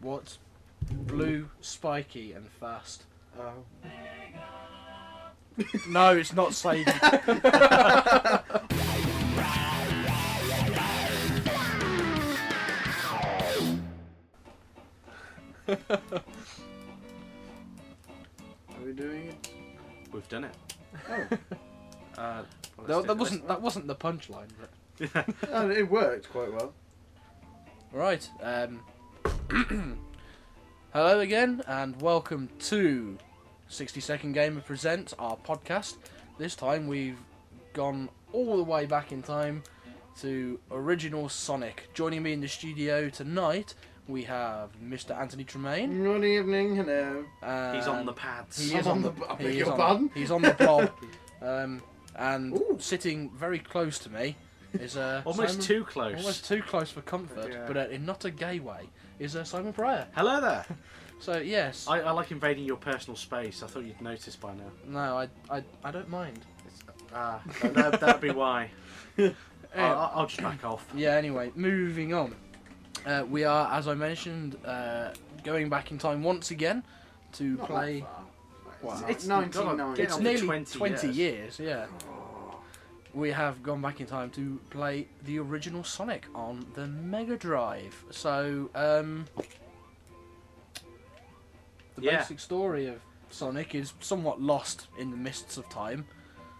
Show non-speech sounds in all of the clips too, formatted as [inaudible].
What? Blue, spiky, and fast. Oh. No, it's not [laughs] Sadie. Are we doing it? We've done it. Oh. Uh, well, that, let's that do- wasn't that wasn't the punchline. But... and oh, it worked quite well. Right. Um, [clears throat] hello again, and welcome to 60 Second Gamer Presents, our podcast. This time we've gone all the way back in time to original Sonic. Joining me in the studio tonight, we have Mr. Anthony Tremaine. Good evening, hello. And He's on the pads. uh, He I'm is on on the- the. [laughs] I beg he is your on- pardon? He's on the [laughs] blob. um, and Ooh. sitting very close to me is [laughs] uh, Almost Simon- too close. Almost too close for comfort, Yeah. but uh, in not a gay way, is uh, Simon Pryor. Hello there. So, yes. I, I like invading your personal space. I thought you'd notice by now. no, I, I, I don't mind. Ah, that, that'd be why. I'll, Uh, I'll- I'll just back off. yeah, anyway, moving on. Uh, we are, as I mentioned, uh, going back in time once again to Not play. that far. Wow. It's, it's God, 1990. get It's on for nearly 20 years. yeah. Oh, We have gone back in time to play the original Sonic on the Mega Drive. So, um, the Yeah. basic story of Sonic is somewhat lost in the mists of time.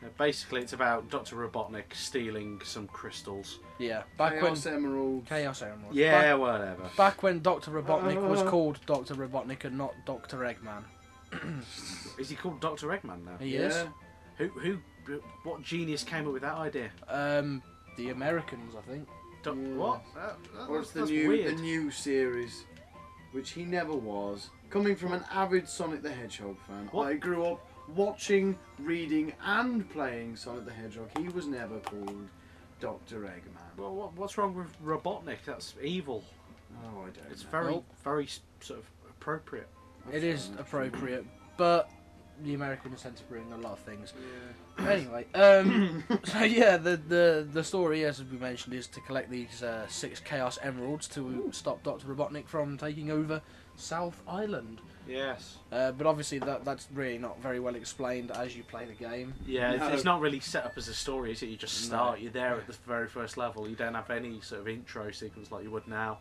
Uh, Basically, it's about Dr. Robotnik stealing some crystals. Yeah, back Chaos when Emeralds. Chaos Emerald. Yeah, whatever. Back, back when Doctor Robotnik was Uh. called Doctor Robotnik and not Doctor Eggman. Is he called Dr. Eggman now? He is. yeah. Who, who, what genius came up with that idea? Um, the Americans, I think. Doc- Yeah. What? That, that, Or it's the that's new weird. the new series, which he never was. Coming from an avid Sonic the Hedgehog fan, What? I grew up watching, reading, and playing Sonic the Hedgehog. He was never called Doctor Eggman. Well, what, what's wrong with Robotnik? That's evil. Oh, I don't. It's know. very, Well- very s- sort of appropriate. That's It is fine. appropriate, but the Americans tend to ruin a lot of things. Yeah. anyway, um, [laughs] so yeah, the, the the story, as we mentioned, is to collect these uh, six Chaos Emeralds to stop Doctor Robotnik from taking over South Island. Yes. Uh, but obviously, that that's really not very well explained as you play the game. Yeah, it's, No. it's not really set up as a story, is it? You just No. start, you're there at the very first level, you don't have any sort of intro sequence like you would now.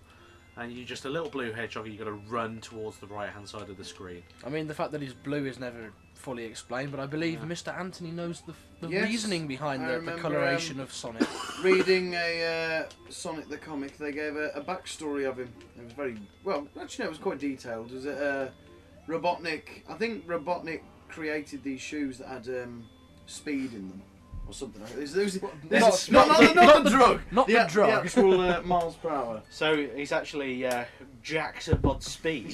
And you're just a little blue hedgehog, you've got to run towards the right hand side of the screen. I mean, the fact that he's blue is never fully explained, but I believe Yeah. Mr. Anthony knows the, f- the Yes, reasoning behind I the, the remember, um, coloration of Sonic. Reading a uh, Sonic the comic, they gave a, a backstory of him. It was very well. Actually, no, it was quite detailed. It was uh, Robotnik. I think Robotnik created these shoes that had um, speed in them, or something like that. There's, there's, [laughs] there's, not- [laughs] not, [laughs] not, not, not the drug. not the a- drug. The actual uh, miles per hour. So he's actually uh, jacked above speed.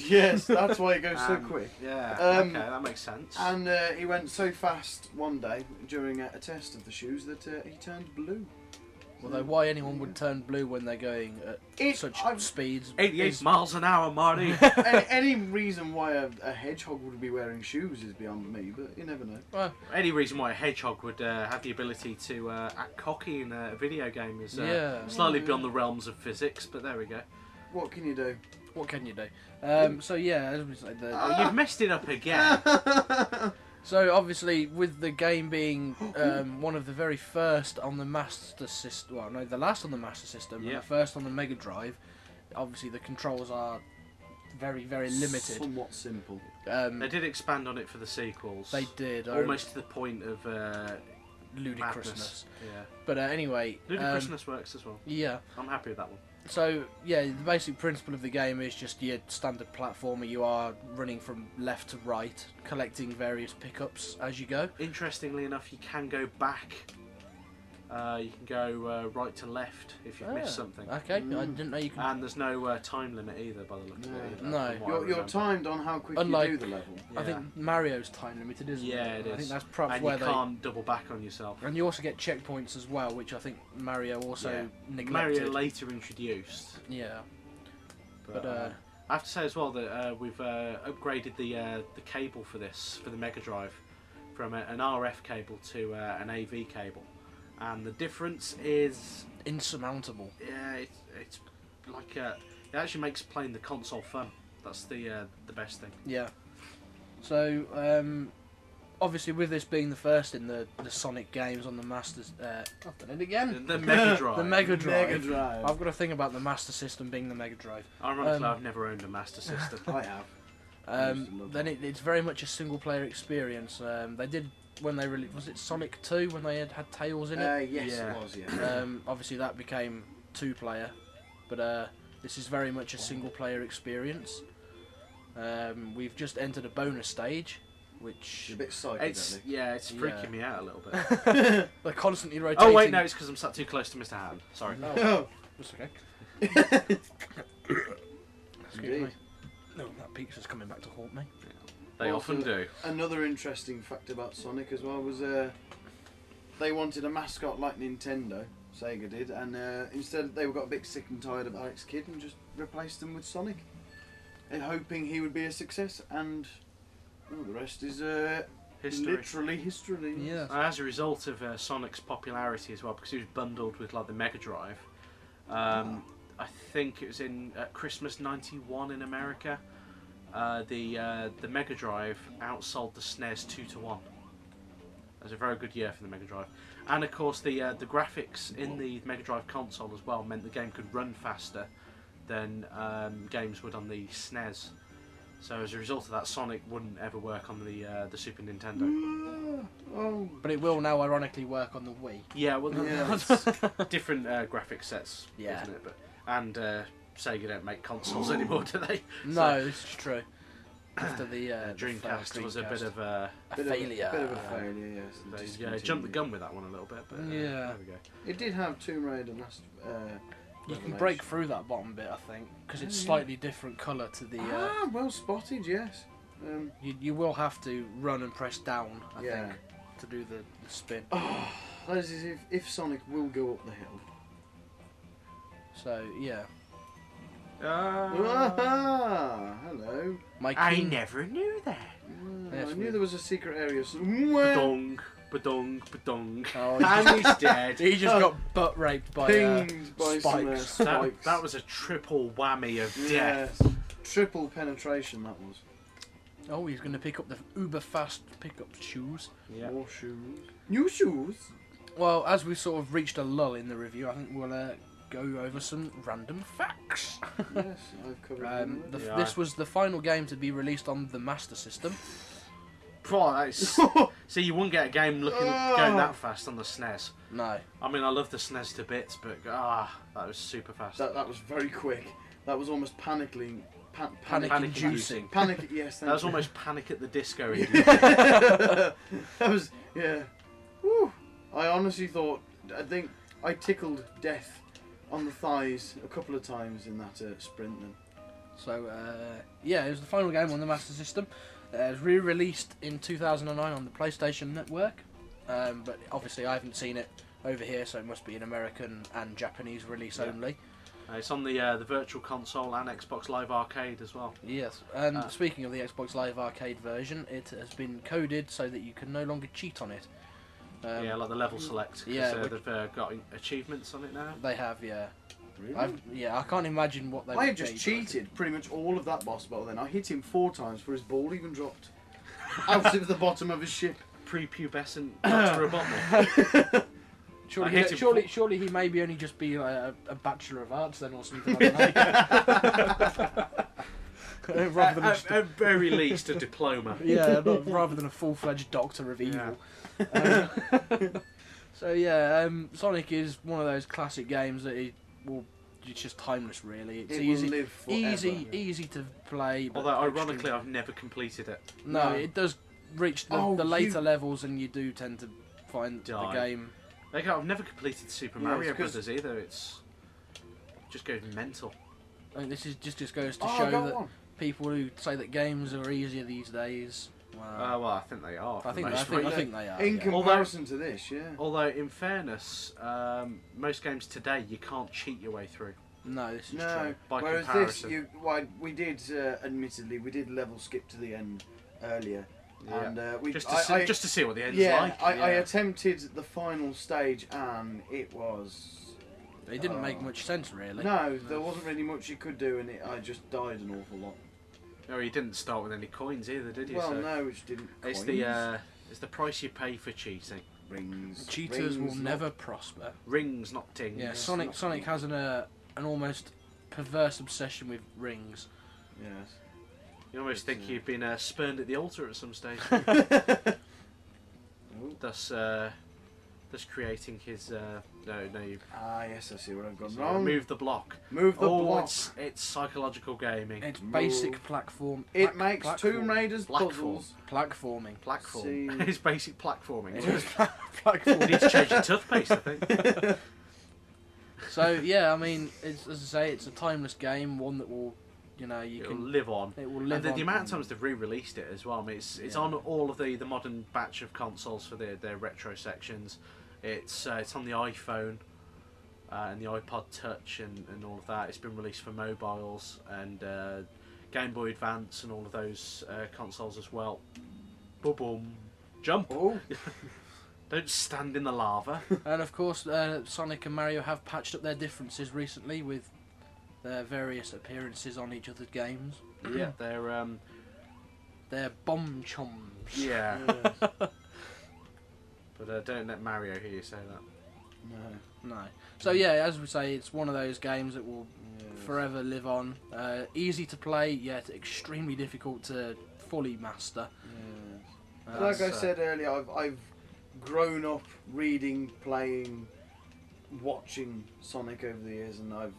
[laughs] [laughs] Yes, that's why it goes so Um, quick. Yeah, Um, okay, that makes sense. And uh, he went so fast one day during a, a test of the shoes that uh, he turned blue. Although, why anyone would turn blue when they're going at It, such I've- speeds? 88 is- miles an hour, [laughs] Marty! [laughs] any, any reason why a, a hedgehog would be wearing shoes is beyond me, but you never know. any reason why a hedgehog would uh, have the ability to uh, act cocky in a video game is uh, Yeah. slightly beyond the realms of physics, but there we go. What can you do? What can you do? Um, so yeah, as we say, the, Oh, you've messed it up [laughs] again. So obviously, with the game being um, one of the very first on the Master System, well, no, the last on the Master System, Yeah. and the first on the Mega Drive, obviously the controls are very, very limited. Somewhat simple. Um, they did expand on it for the sequels. they did uh, I almost to the point of uh, ludicrousness, madness. Yeah, but uh, anyway, um, ludicrousness works as well. yeah. I'm happy with that one. So yeah, the basic principle of the game is just your standard platformer. You are running from left to right, collecting various pickups as you go. Interestingly enough, you can go back. Uh, you can go uh, right to left if you've missed Ah, something. Okay, I Mm. didn't know you could. And there's no uh, time limit either, by the look of No. it. Mm, No. You're, you're timed on how quick Unlike- you do the level. I think Mario's time limited, isn't it? Yeah, it I is. think that's perhaps and where you they. can't double back on yourself. And you also get checkpoints as well, which I think Mario also Yeah. neglected. Mario later introduced, yeah, but, but uh, I have to say as well that uh, we've uh, upgraded the uh, the cable for this for the Mega Drive from a, an RF cable to uh, an AV cable, and the difference is insurmountable. yeah, it's, it's like uh, it actually makes playing the console fun. That's the uh, the best thing. Yeah. So um, obviously, with this being the first in the, the Sonic games on the Masters, uh, I've done it The, again. [laughs] the Mega Drive. The Mega Drive. Mega Drive. I've got a thing about the Master System being the Mega Drive. Ironically, Um, I've never owned a [laughs] Master System. I have. I used to Um, love then it, it's very much a single player experience. Um, they did when they really was it Sonic Two when they had had Tails in it. Uh, yes, Yeah. it was. Yeah. Um, obviously, that became two player, but uh, this is very much a single player experience. Um, we've just entered a bonus stage, It's which a bit it's psychedelic. yeah, it's freaking Yeah. me out a [laughs] little bit. [laughs] they're constantly rotating. oh wait, no, it's because I'm sat too close to Mr. Hand. Sorry. No, Oh, that's [laughs] okay. Excuse Indeed. me. No, that pizza's coming back to haunt me. They Well, often for- do. Another interesting fact about Sonic as well was uh, they wanted a mascot like Nintendo, Sega did, and uh, instead they got a bit sick and tired of Alex Kidd and just replaced them with Sonic, and hoping he would be a success. And well, the rest is uh, History. literally history. Yeah. And as a result of uh, Sonic's popularity as well, because he was bundled with like the Mega Drive, um, I think it was in uh, Christmas '91 in America. Uh, the uh, the Mega Drive outsold the SNES two to one. It was a very good year for the Mega Drive, and of course the uh, the graphics in the Mega Drive console as well meant the game could run faster than um, games would on the SNES. So as a result of that, Sonic wouldn't ever work on the uh, the Super Nintendo. Ah, Oh, But it will now, ironically, work on the Wii. Yeah, well, [laughs] Yeah. that's different uh, graphic sets, Yeah. isn't it? But and uh, Sega don't make consoles anymore, do they? No, this is true. After the, uh, Uh, the first Dreamcast was a bit Dreamcast. of a a bit failure. uh, Of a, bit of a failure. Yes. and they, yeah, jumped the discontinued. gun with that one a little bit, but uh, Yeah. there we go. It did have Tomb Raider last. Uh, You can Revelation. break through that bottom bit, I think, because it's Oh, yeah. slightly different colour to the. Uh, Ah, well spotted. Yes. Um, you, you will have to run and press down, I Yeah. think, to do the, the spin. that is Oh, as if, if Sonic will go up the hill. So yeah, Uh, Ah, hello. my I keen- never knew that. Wow, Yes, I knew we- there was a secret area. So, Badong, badong, badong. Oh, he just- and he's dead. he just Oh. got butt raped by. Uh, pinged by some uh, spikes. spikes. [laughs] That, that was a triple whammy of yeah, death. triple penetration. That was. oh, he's going to pick up the uber fast pickup shoes. Yeah. More shoes. New [laughs] shoes. Well, as we sort of reached a lull in the review, I think we'll uh, go over some random facts. yes, I've covered Um, them the, Yeah. This was the final game to be released on the Master System. Pwah, [laughs] that is- already. See, you wouldn't get a game looking going that fast on the SNES. No, I mean, I love the SNES to bits, but ah, that was super fast. that that was very quick. That was almost panicking. Pan- panic, panic. Panic inducing. inducing. Panic. Yes. that thank was you. almost Panic at [laughs] the Disco. in [laughs] the- that was yeah. Woo. I honestly thought I think I tickled death on the thighs a couple of times in that uh, sprint. Then So uh, yeah, it was the final game on the Master System. Uh, it was re-released in 2009 on the PlayStation Network, um, but obviously I haven't seen it over here, so it must be an American and Japanese release Yeah. only. Uh, it's on the uh, the Virtual Console and Xbox Live Arcade as well. Yes. And Ah. speaking of the Xbox Live Arcade version, it has been coded so that you can no longer cheat on it. Um, yeah, like the level select. 'cause, yeah, uh, which- they've uh, got achievements on it now. They have, yeah. really, I've, I've, yeah, I can't imagine what they. I would had just be, but- cheated pretty much all of that boss battle. Then I hit him four times before his ball [laughs] even dropped out of the bottom of his ship. Prepubescent Dr. Robotnik. Surely, I hit he, him surely, for- surely he maybe only just be like a, a bachelor of arts then or something. [laughs] I don't know. [laughs] at, rather than at- just a, at very least, a diploma. yeah, not, rather than a full fledged doctor of Yeah. evil. Um, [laughs] so yeah, um, Sonic is one of those classic games that it will. It's just timeless, really. It's It easy, will live forever. easy, easy to play. But Although, extremely- ironically, I've never completed it. no, No. it does reach the, Oh, the later you- levels, and you do tend to find Die. the game. Like, I've never completed Super Yeah, Mario it's 'cause- Brothers either. It's just goes mental. I think this is just just goes to Oh, show go that on. people who say that games are easier these days. Wow. Uh, well, I think they are. for I the think I most think, I part. think they are. In yeah. comparison to this, yeah. Although, in fairness, um, most games today you can't cheat your way through. No, this is No. true. By Whereas comparison. this, you, why we did, uh, admittedly, we did level skip to the end earlier, Yeah. and uh, we just, to I, see, I- just to see what the end's yeah, like. I, I yeah. attempted the final stage, and it was It didn't make Oh. much sense, really. no, there wasn't really much you could do, and it, I just died an awful lot. Oh, you didn't start with any coins either, did you? Well, So no, which didn't. It's Coins, the uh, it's the price you pay for cheating. rings. Cheaters rings, will not- never prosper. Rings, not tings. Yeah, Sonic. not- Sonic has an uh, an almost perverse obsession with rings. Yes. [laughs] [laughs] You almost think Yeah. you've been uh, spurned at the altar at [laughs] some stage. Oh, thus, uh, thus creating his. Uh, no, no, you've ah, yes, I see what I've gone so wrong. Move, remove the block. the oh, block. it's it's psychological gaming. It's No. basic platform. It plac- makes Tomb platform- Raiders Black puzzles. Platforming. Platform. See. [laughs] it's basic [laughs] platforming. It isn't is it? platform. you need to change your toothpaste, I think. So yeah, I mean, it's, as I say, it's a timeless game, one that will, you know, you It'll can live on. it will live and the, on. the amount of times they've re-released it as well. I mean, it's it's Yeah. on all of the, the modern batch of consoles for their, their retro sections. It's uh, it's on the iPhone uh, and the iPod Touch and, and all of that. It's been released for mobiles and uh, Game Boy Advance and all of those uh, consoles as well. Boom, jump! Oh, [laughs] Don't stand in the lava. And of course, uh, Sonic and Mario have patched up their differences recently with their various appearances on each other's games. yeah, they're um, They're bomb chums. yeah. yes. But uh, don't let Mario hear you say that. No, No. So yeah, as we say, it's one of those games that will Mm. yes. forever live on. Uh, easy to play, yet extremely difficult to fully master. Yes. Uh, like I That's, uh, said earlier, I've, I've grown up reading, playing, watching Sonic over the years, and I've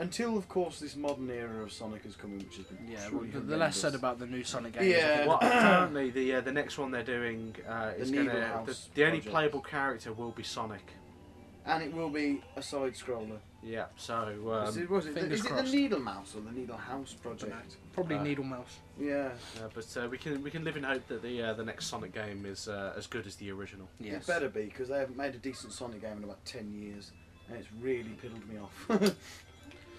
until of course this modern era of Sonic is coming, which has been yeah, well, truly the, the less said horrendous. about the new Sonic games, I Yeah. think, Well, [coughs] apparently the uh, the next one they're doing uh, The is Needle gonna the, House the only project. playable character will be Sonic. and it will be a side scroller. Yeah. So um, is it, was it, the, fingers is it the crossed. Needle Mouse or the Needle House project? probably Uh, Needle Mouse. Yeah, uh, but uh, we can we can live in hope that the uh, the next Sonic game is uh, as good as the original. Yes. it better be because they haven't made a decent Sonic game in about ten years, and it's really piddled me off. [laughs]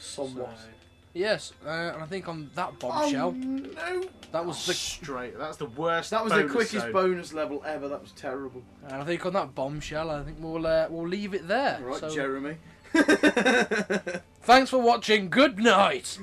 Somewhat. So- Yes, uh, and I think on that Oh, bombshell, no! that was the straight. That's the worst. That was the bonus quickest zone. bonus level ever. That was terrible. And I think on that bombshell, I think we'll uh, we'll leave it there. Right, So, Jeremy. [laughs] thanks for watching. Good night.